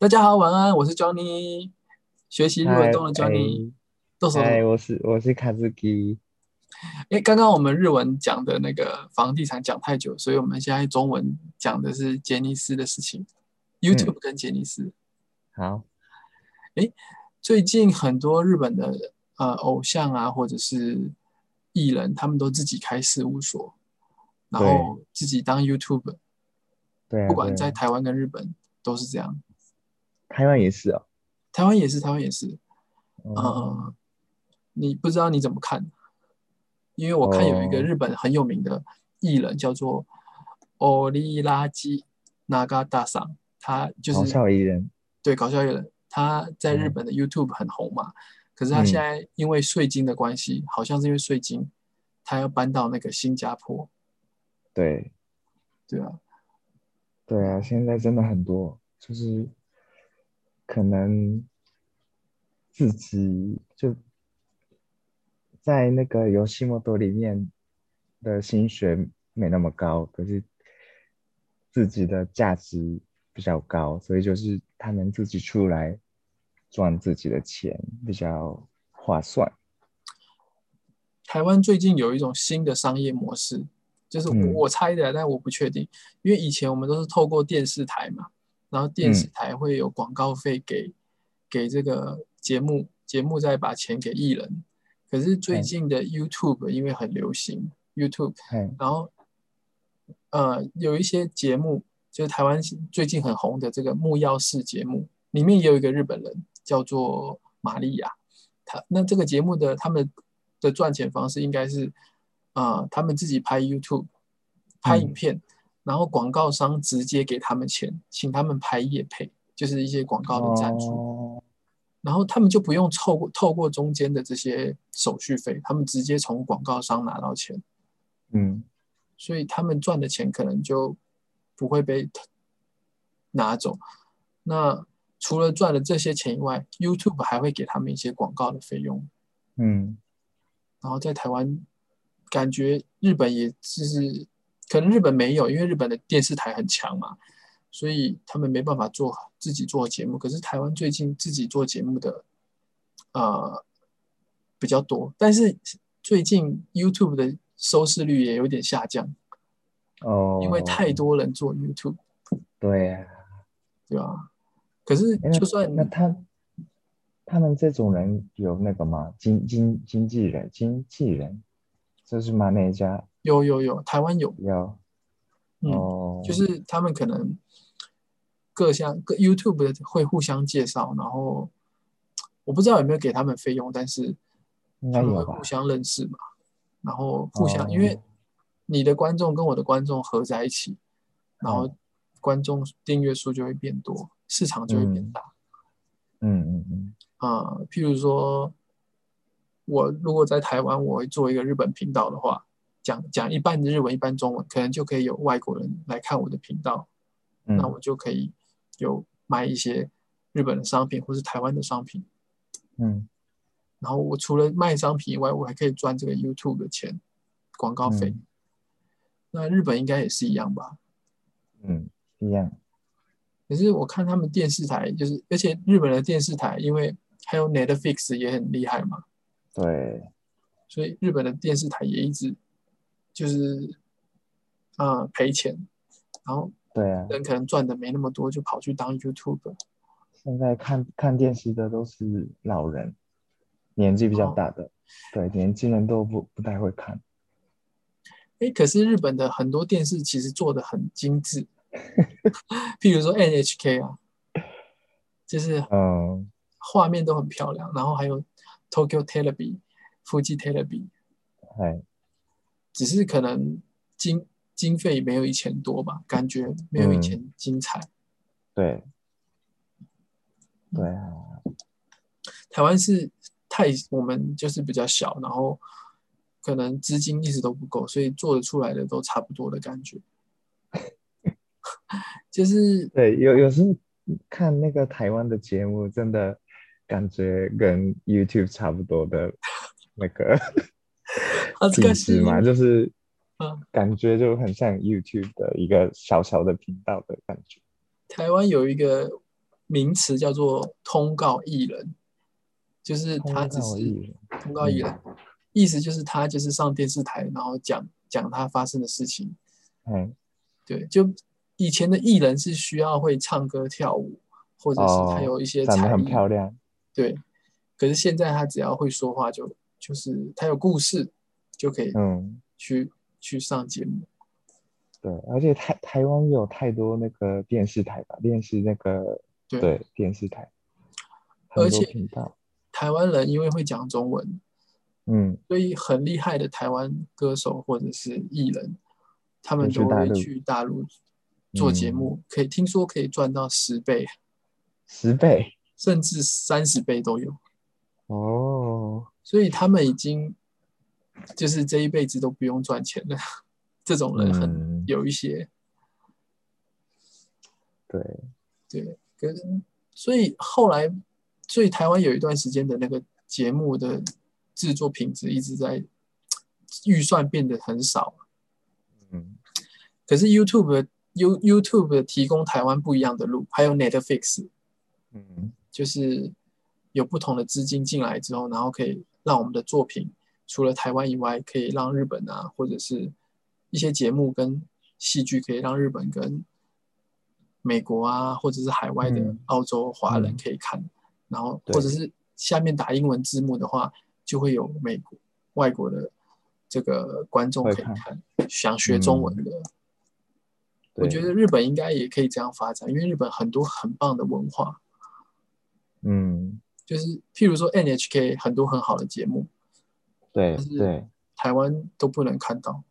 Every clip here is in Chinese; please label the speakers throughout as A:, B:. A: 大家好，晚安，我是 Johnny，学习日文动的 Johnny，动手动
B: 哎，我是我是卡兹基，
A: 因为刚刚我们日文讲的那个房地产讲太久，所以我们现在中文讲的是杰尼斯的事情，YouTube
B: 嗯
A: 跟杰尼斯。
B: 好，
A: 最近很多日本的呃偶像啊，或者是艺人，他们都自己开事务所，然后自己当 YouTube，
B: 对啊，
A: 不管
B: 对啊
A: 在台湾跟日本都是这样，
B: 台湾也是哦，
A: 台湾也是，台湾也是。
B: 哦
A: 呃，你不知道你怎么看？因为我看有一个
B: 哦
A: 日本很有名的艺人叫做欧利拉基那嘎大赏，他就
B: 搞
A: 是
B: 笑艺人，
A: 对搞笑艺人，他在日
B: 嗯
A: 本的 YouTube 很红嘛。可是他
B: 嗯
A: 现在因为税金的关系，好像是因为税金，他要搬到那个新加坡，
B: 对
A: 对啊，
B: 对啊，现在真的很多，就是可能自己就在那个游戏摩托里面的薪水没那么高，可是自己的价值比较高，所以就是他们自己出来赚自己的钱比较划算。
A: 台湾最近有一种新的商业模式，就是我,、
B: 嗯
A: 我猜的，但我不确定，因为以前我们都是透过电视台嘛，然后电视台会有广告费给、给这个节目，节目再把钱给艺人。可是最近的 YouTube 因为很流行 YouTube，
B: 嘿，
A: 然后呃有一些节目，就是台湾最近很红的这个木曜式节目，里面也有一个日本人叫做玛利亚，他那这个节目的他们的赚钱方式应该是，呃，他们自己拍 YouTube 拍影片，然后广告商直接给他们钱，请他们拍业配，就是一些广告的赞助。
B: 哦，
A: 然后他们就不用透过透过中间的这些手续费，他们直接从广告商拿到钱，
B: 嗯，
A: 所以他们赚的钱可能就不会被拿走。那除了赚了这些钱以外，YouTube 还会给他们一些广告的费用。
B: 嗯，
A: 然后在台湾，感觉日本也就是可能日本没有，因为日本的电视台很强嘛，所以他们没办法做自己做节目。可是台湾最近自己做节目的，呃，比较多，但是最近 YouTube 的收视率也有点下降，
B: 哦，
A: 因为太多人做 YouTube，
B: 对啊。
A: 对吧？可是
B: 哎那
A: 就算
B: 那他他们这种人有那个吗？经经经纪人，经纪人就是马内加
A: 有有有台湾有，
B: 要
A: 嗯，
B: 哦，
A: 就是他们可能各项各 YouTube 的会互相介绍，然后我不知道有没有给他们费用，但是
B: 应
A: 他
B: 该
A: 们会
B: 有吧
A: 互？相认识嘛，然后互相、
B: 哦
A: 因为你的观众跟我的观众合在一起，然
B: 嗯
A: 后观众订阅数就会变多，市场就会变
B: 嗯
A: 大。
B: 嗯嗯嗯，
A: 啊、譬如说，我如果在台湾，我会做一个日本频道的话，讲讲一半日文，一半中文，可能就可以有外国人来看我的频道，
B: 嗯
A: 那我就可以有卖一些日本的商品或是台湾的商品。
B: 嗯
A: 然后我除了卖商品以外，我还可以赚这个 YouTube 的钱，广告费。
B: 嗯
A: 那日本应该也是一样吧？
B: 嗯一样，
A: 可是我看他们电视台，就是而且日本的电视台，因为还有 Netflix 也很厉害嘛，
B: 对，
A: 所以日本的电视台也一直就是呃赔钱，然后
B: 对啊，
A: 人可能赚的没那么多，就跑去当 YouTube。
B: 现在看看电视的都是老人，年纪比较
A: 哦
B: 大的，对，年轻人都不不太会看，
A: 哎，可是日本的很多电视其实做的很精致，譬如说 NHK 啊，就是
B: 嗯，
A: 画面都很漂亮，然后还有 Tokyo Television、Fuji Television，
B: 哎，
A: 只是可能经经费没有以前多吧，感觉没有以前精彩。
B: 对，对啊，
A: 台湾是太我们就是比较小，然后可能资金一直都不够，所以做得出来的都差不多的感觉。 就是
B: 对，有有时候看那个台湾的节目，真的感觉跟 YouTube 差不多的那个
A: 啊， 这
B: 品
A: 个是
B: 质
A: 因
B: 嘛，
A: 为
B: 就是
A: 嗯
B: 感觉就很像 YouTube 的一个小小的频道的感觉。
A: 台湾有一个名词叫做通告艺人，就是他只
B: 通告
A: 是
B: 艺人嗯
A: 通告艺人，意思就是他就是上电视台，然后讲讲他发生的事情。
B: 嗯，
A: 对，就以前的艺人是需要会唱歌跳舞，或者是他
B: 哦
A: 有一些
B: 长
A: 才
B: 得很
A: 艺
B: 漂亮，
A: 对，可是现在他只要会说话就，就是他有故事，就可以
B: 嗯，
A: 去、去上节目。
B: 对，而且台台湾有太多那个电视台吧，电视那个
A: 对
B: 电视台，
A: 嗯而
B: 很多
A: 且
B: 频道，
A: 台湾人因为会讲中文，
B: 嗯，
A: 所以很厉害的台湾歌手或者是艺人，他们
B: 就去
A: 都
B: 大
A: 会
B: 陆
A: 去大陆做节
B: 嗯
A: 目，可以听说可以赚到十倍，
B: 十倍
A: 甚至三十倍都有。
B: 哦，
A: 所以他们已经就是这一辈子都不用赚钱了。这种人很
B: 嗯，
A: 有一些，
B: 对，
A: 对，可是所以后来，所以台湾有一段时间的那个节目的制作品质一直在预算变得很少，
B: 嗯，
A: 可是 YouTube 的 You YouTube 的提供台湾不一样的路，还有 Netflix
B: 嗯，
A: 就是有不同的资金进来之后，然后可以让我们的作品除了台湾以外，可以让日本啊，或者是一些节目跟戏剧，可以让日本跟美国啊，或者是海外的
B: 嗯
A: 澳洲华人
B: 嗯
A: 可以看，然后
B: 对
A: 或者是下面打英文字幕的话，就会有美国外国的这个观众
B: 会
A: 可以
B: 看嗯
A: 看，想学中文的。我
B: 对
A: 觉得日本应该也可以这样发展，因为日本很多很棒的文化，
B: 嗯，
A: 就是譬如说 NHK 很多很好的节目，
B: 对
A: 但是
B: 对，
A: 台湾都不能看到。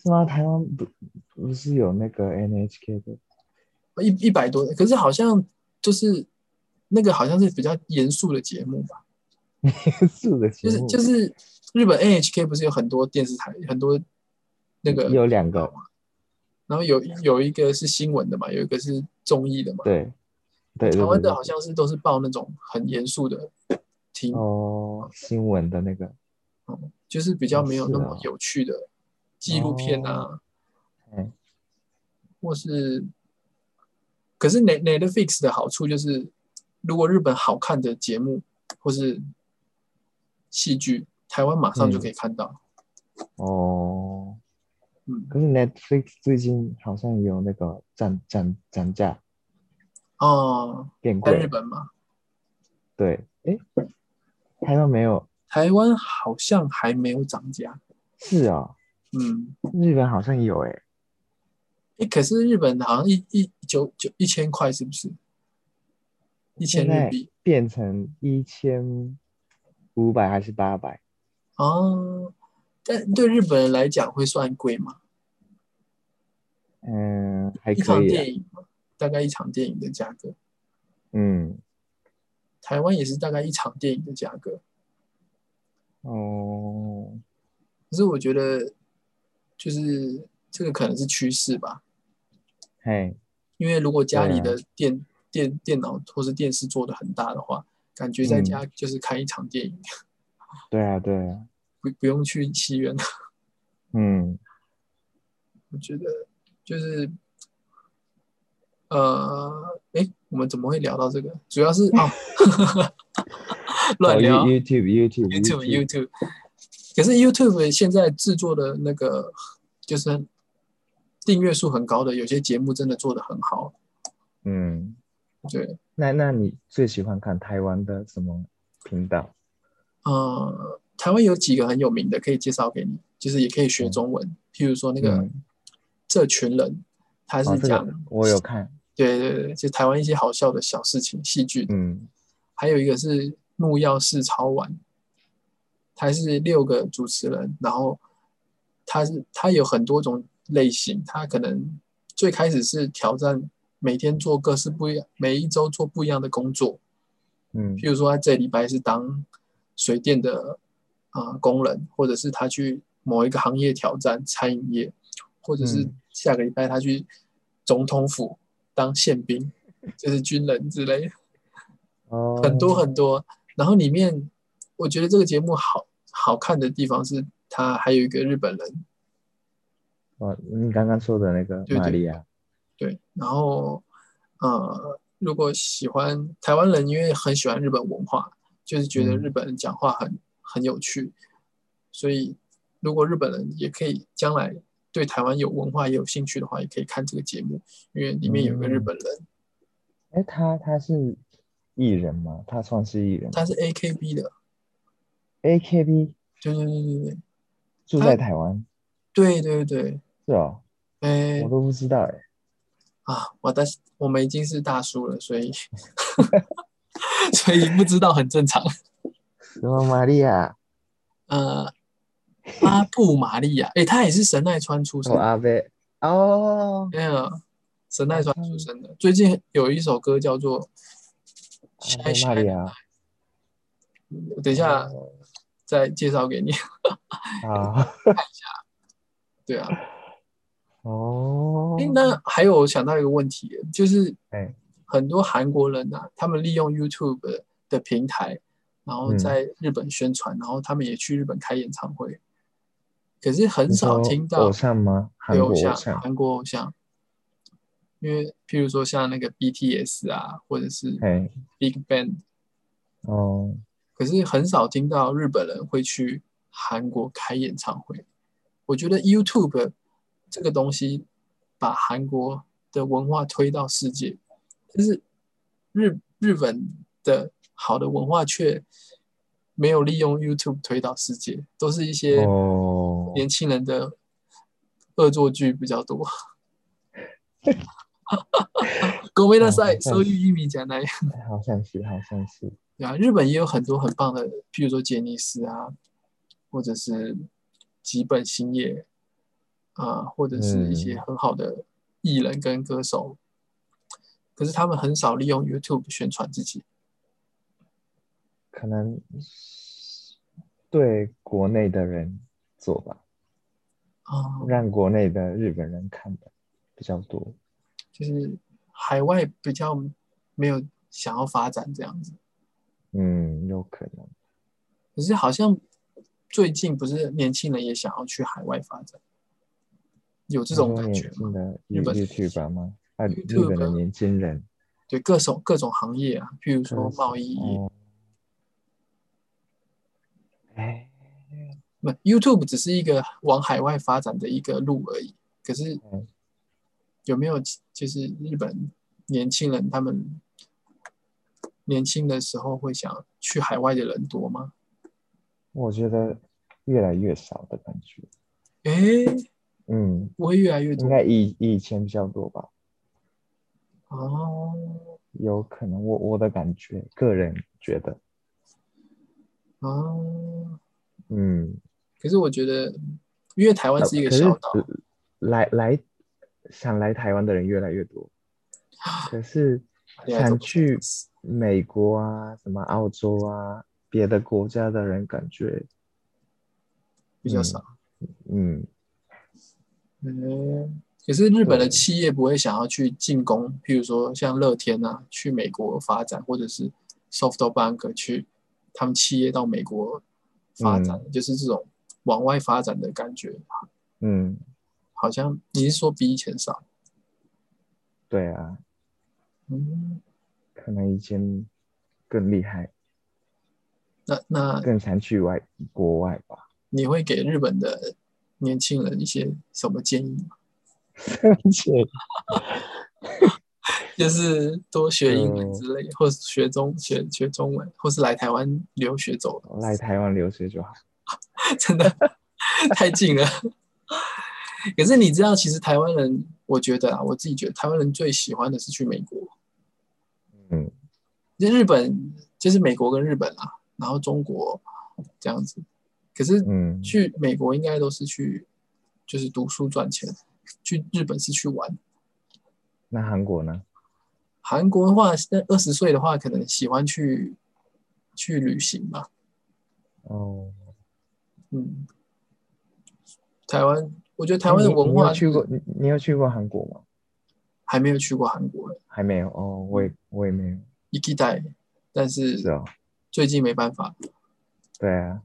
B: 是吗？台湾不不是有那个 NHK 的，
A: 一一百多，可是好像就是那个好像是比较严肃的节目吧，
B: 是的
A: 就
B: 节
A: 是
B: 目
A: 就是日本 NHK 不是有很多电视台很多那个，
B: 有两个，
A: 然后有有一个是新闻的嘛，有一个是综艺的嘛。
B: 对，对对
A: 台湾
B: 对
A: 的好像是都是报那种很严肃的题
B: 对
A: 目，
B: 哦，新闻的那个，
A: 就是比较没有那
B: 是
A: 么
B: 啊
A: 有趣的纪录片啊，
B: 嗯，
A: 或是，可是 Net Netflix 的好处就是，如果日本好看的节目或是戏剧，台湾马
B: 嗯
A: 上就可以看到。
B: 哦，
A: 嗯，
B: 可是 Netflix 最近好像有那个涨涨涨价
A: 哦，
B: 变
A: 在日
B: 贵，
A: 本嘛，
B: 对，诶，台湾没有，
A: 台湾好像还没有涨价。
B: 是啊，
A: 嗯，
B: 日本好像有，诶，
A: 诶，可是日本好像一一九九一千块是不是？一千
B: 现
A: 日
B: 在
A: 币
B: 变成一千五百还是八百？
A: 哦，但对日本人来讲会算贵吗？
B: 嗯，还
A: 一
B: 可
A: 场
B: 以啊，
A: 电影大概一场电影的价格，
B: 嗯，
A: 台湾也是大概一场电影的价格。
B: 哦，
A: 可是我觉得，就是这个可能是趋势吧，
B: 嘿，
A: 因为如果家里
B: 对啊
A: 的电、电电脑或是电视做的很大的话，感觉
B: 嗯
A: 在家就是看一场电影，
B: 对啊，对啊，
A: 不不用去戏院。
B: 嗯，
A: 我觉得就是，呃，哎，我们怎么会聊到这个？主要是哦， 乱
B: 哦
A: 聊。
B: ，YouTube，YouTube，YouTube，
A: YouTube YouTube，可是 YouTube 现在制作的那个就是订阅数很高的，有些节目真的做的很好。
B: 嗯，
A: 对，
B: 那那你最喜欢看台湾的什么频道？
A: 呃，台湾有几个很有名的，可以介绍给你，就是也可以学中文，譬如说那个、
B: 嗯
A: 这群人，他
B: 哦，
A: 是
B: 这
A: 讲、
B: 个我有看，
A: 对对对，就台湾一些好笑的小事情、戏剧的，
B: 嗯，
A: 还有一个是木曜四超玩，它是六个主持人，然后它是它有很多种类型，它可能最开始是挑战每天做各式不一样，每一周做不一样的工作，
B: 嗯
A: 譬如说他这礼拜是当水电的啊、呃工人，或者是他去某一个行业挑战餐饮业，或者是
B: 嗯
A: 下个礼拜他去总统府当宪兵，就是军人之类的。
B: 哦，
A: 很多很多。然后里面，我觉得这个节目好好看的地方是，它还有一个日本人，
B: 哦，你刚刚说的那个
A: 对对
B: 玛利亚，
A: 对，然后呃，如果喜欢台湾人，因为很喜欢日本文化，就是觉得
B: 嗯
A: 日本人讲话很很有趣，所以如果日本人也可以将来对台湾有文化也有兴趣的话，也可以看这个节目，因为里面有一
B: 嗯
A: 个日本人，
B: 哎，他他是艺人吗？他算是艺人吗
A: 他是 AKB 的，
B: ？AKB
A: 对对对
B: 住
A: 他
B: 在台湾，
A: 对对对对对，
B: 是哦，
A: 哎、
B: 我都不知道哎。
A: 啊，我但是我们已经是大叔了，所以 所以不知道很正常。
B: 什么玛利亚？
A: 呃，阿布玛利亚，哎、他也是神奈川出生
B: 哦，
A: 的，
B: 阿贝哦，
A: 哎呀，神奈川
B: 嗯
A: 出生的。最近有一首歌叫做《
B: 阿
A: Shy
B: 贝
A: Shy
B: 哦玛利亚。
A: 我等一下
B: 哦
A: 再介绍给你。
B: 啊，
A: 对啊，
B: 哦
A: 哎、，那还有想到一个问题，就是
B: 哎，
A: 很多韩国人啊，他们利用 YouTube 的平台，然后
B: 嗯
A: 在日本宣传，然后他们也去日本开演唱会，可是很
B: 你
A: 少
B: 说
A: 听到
B: 偶像吗？韩
A: 对
B: 国
A: 偶
B: 偶
A: 像，
B: 像，
A: 韩国偶像，因为譬如说像那个 BTS 啊，或者是
B: 哎，
A: Big Bang，
B: 哦，
A: 可是很少听到日本人会去韩国开演唱会。我觉得 YouTube 这个东西把韩国的文化推到世界，但是日日本的好的文化却没有利用 YouTube 推到世界，都是一些
B: 哦，
A: 年轻人的恶作剧比较多。ごめんなさい、そういう意味じゃない。
B: 好像是，好像是，
A: 对啊，日本也有很多很棒的，譬如说杰尼斯啊，或者是吉本兴业啊、或者是一
B: 嗯
A: 些很好的艺人跟歌手，可是他们很少利用 YouTube 宣传自己。
B: 可能对国内的人做吧，
A: 啊、
B: 让国内的日本人看的比较多。
A: 就是海外比较没有想要发展这样子。
B: 嗯，有可能。
A: 可是好像最近不是年轻人也想要去海外发展，有这
B: 这
A: 种感觉
B: 哦
A: 吗？日
B: 年轻的
A: 本
B: y o u t u b e 吗？啊，日
A: YouTuber
B: 本的年轻人，
A: 对各种各种行业啊，譬如说
B: 歌手
A: 贸易业。
B: 哦哎，
A: 那 YouTube 只是一个往海外发展的一个路而已。可是
B: 嗯
A: 有没有就是日本年轻人他们年轻的时候会想去海外的人多吗？
B: 我觉得越来越少的感觉。
A: 诶，
B: 嗯，
A: 不会越来越多
B: 应该以以前比较多吧，
A: 哦。
B: 有可能我我的感觉，个人觉得，
A: 哦，
B: 嗯，
A: 可是我觉得，因为台湾是一个
B: 呃可是
A: 小岛，
B: 来来想来台湾的人越来越多，可是
A: 啊
B: 想去美国啊、什么澳洲啊、别的国家的人，感觉
A: 比较少。
B: 嗯，
A: 嗯，可是日本的
B: 对
A: 企业不会想要去进攻，譬如说像乐天啊，去美国发展，或者是 SoftBank 去他们企业到美国发展，就是这种往外发展的感觉，
B: 嗯，
A: 好像你是说比以前少？
B: 对啊，
A: 嗯，
B: 可能以前更厉害，
A: 那那
B: 更想去外国外吧。
A: 你会给日本的年轻人一些什么建议吗？就是多学英文
B: 嗯
A: 之类，或是学中学学中文，或是来台湾留学走了，
B: 哦来台湾留学就好。
A: 真 的太近了。可是你知道，其实台湾人，我觉得啊，我自己觉得台湾人最喜欢的是去美国，
B: 嗯，
A: 就日本就是美国跟日本啊，然后中国这样子。可是
B: 嗯，
A: 去美国应该都是去就是读书赚钱，去日本是去玩。
B: 那韩国呢？
A: 韩国的话，那二十岁的话，可能喜欢去去旅行吧。
B: 哦，
A: 嗯，台湾，我觉得台湾的
B: 你
A: 文
B: 你
A: 化
B: 有去过？你你有去过韩国吗？
A: 还没有去过韩国，
B: 还没有哦，我也我也没有。
A: 一 k 代，但是
B: 是哦，
A: 最近没办法，
B: 对啊。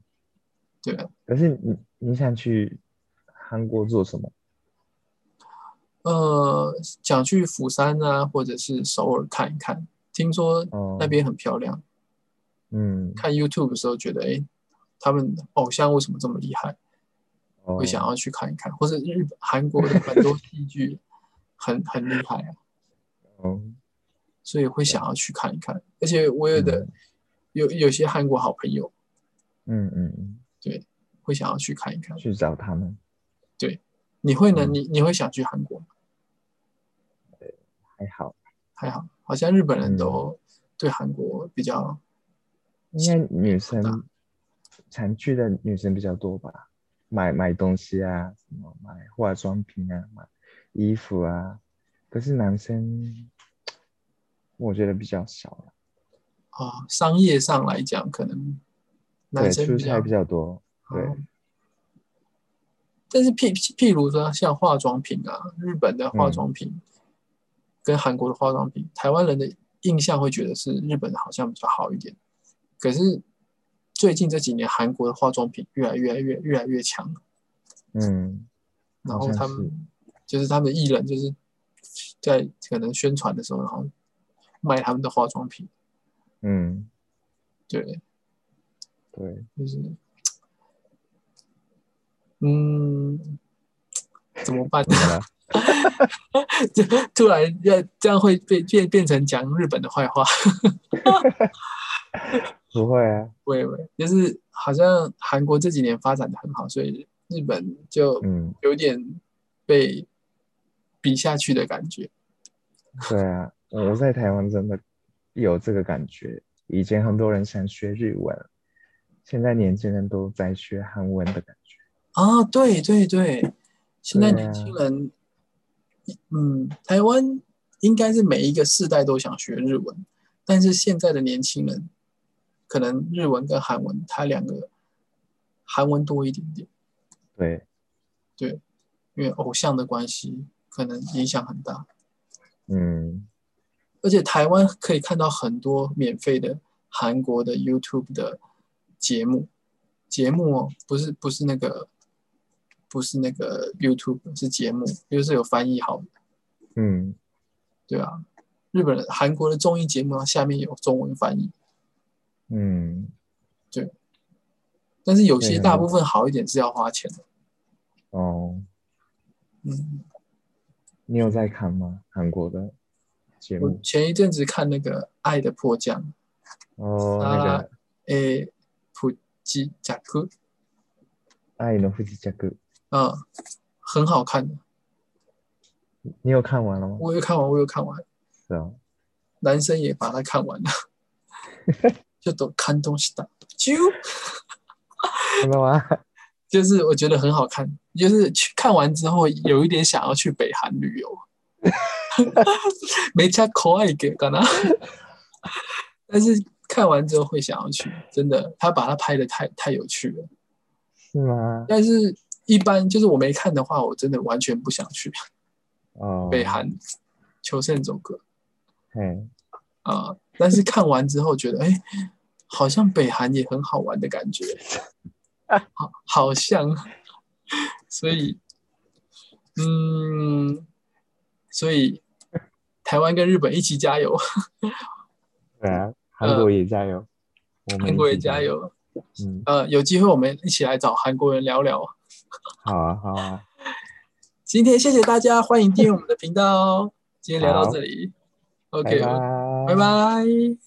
A: 对啊，
B: 可是你你想去韩国做什么？
A: 呃，想去釜山啊，或者是首尔看一看，听说
B: 哦，
A: 那边很漂亮。
B: 嗯，
A: 看 YouTube 的时候觉得，哎，他们偶像为什么这么厉害？会想
B: 哦，
A: 要去看一看，或者日本、韩国的很多戏剧很 很厉害啊，
B: 哦，
A: 所以会想要去看一看。而且我有的
B: 嗯
A: 有有些韩国好朋友
B: 嗯嗯嗯，
A: 会想要去看一看。
B: 去找他们。
A: 你会呢？
B: 嗯
A: 你你会想去韩国吗？
B: 还好，
A: 还好，好像日本人
B: 嗯
A: 都对韩国比较
B: 应该女生常去的女生比较多吧，买买东西啊，什么买化妆品啊，买衣服啊。可是男生，我觉得比较少了，
A: 啊、商业上来讲，可能男
B: 对，
A: 生
B: 出
A: 比较啊
B: 差比较多，对，
A: 哦但是譬譬譬如说像化妆品啊，日本的
B: 嗯
A: 化妆品跟韩国的化妆品，台湾人的印象会觉得是日本的好像比较好一点。可是最近这几年，韩国的化妆品越来越越越来越强，
B: 嗯，
A: 然后
B: 好像
A: 他们就是他们的艺人就是在可能宣传的时候，然后卖他们的化妆品，
B: 嗯，
A: 对，
B: 对，
A: 就是嗯，怎么办？
B: 怎么了？
A: 这 突然要这样会被变变成讲日本的坏话，
B: 不会啊，
A: 喂喂，就是好像韩国这几年发展的很好，所以日本就
B: 嗯，
A: 有点被比下去的感觉。
B: 对啊，我在台湾真的有这个感觉，以前很多人想学日文，现在年轻人都在学韩文的感觉，
A: 啊，对对对，现在
B: 对
A: 年
B: 啊
A: 轻人，嗯，台湾应该是每一个世代都想学日文，但是现在的年轻人，可能日文跟韩文，它两个韩文多一点点。
B: 对。
A: 因为偶像的关系，可能影响很大。
B: 嗯，
A: 而且台湾可以看到很多免费的韩国的 YouTube 的节目，节目哦，不是不是那个，不是那个 YouTube，是节目，就是有翻译好的，
B: 嗯，
A: 对啊。日本人、韩国的综艺节目它下面有中文翻译，
B: 嗯，
A: 但是有些
B: 对啊
A: 大部分好一点是要花钱的。
B: 哦，
A: 嗯，
B: 你有在看吗？韩国的节
A: 我
B: 目？
A: 前一阵子看那个《爱的迫降》，
B: 哦，
A: 啊
B: 那个
A: 诶，普吉贾克，
B: 《爱の不時着》，
A: 嗯，很好看的。
B: 你有看完了吗？
A: 我有看完，我有看完，
B: 是哦，
A: 男生也把它看完了， 就都看东西的，就
B: 真的吗？
A: 就是我觉得很好看，就是去看完之后有一点想要去北韩旅游， 没加口爱给干嘛？但是看完之后会想要去，真的，他把它拍的太太有趣了。
B: 是吗？
A: 但是一般就是我没看的话，我真的完全不想去
B: 哦，
A: 北韩求胜走歌。
B: 嘿，
A: 啊、但是看完之后觉得，哎，好像北韩也很好玩的感觉，好，好像，所以，嗯，所以台湾跟日本一起加油，
B: 对啊，韩国也加油，我们
A: 呃 韩
B: 一
A: 国也
B: 起
A: 加。油，
B: 嗯，
A: 呃，有机会我们一起来找韩国人聊聊。
B: 好啊，好啊，
A: 今天谢谢大家，欢迎订阅我们的频道哦。今天聊到这里
B: 拜
A: ，OK，
B: 拜，
A: 拜拜。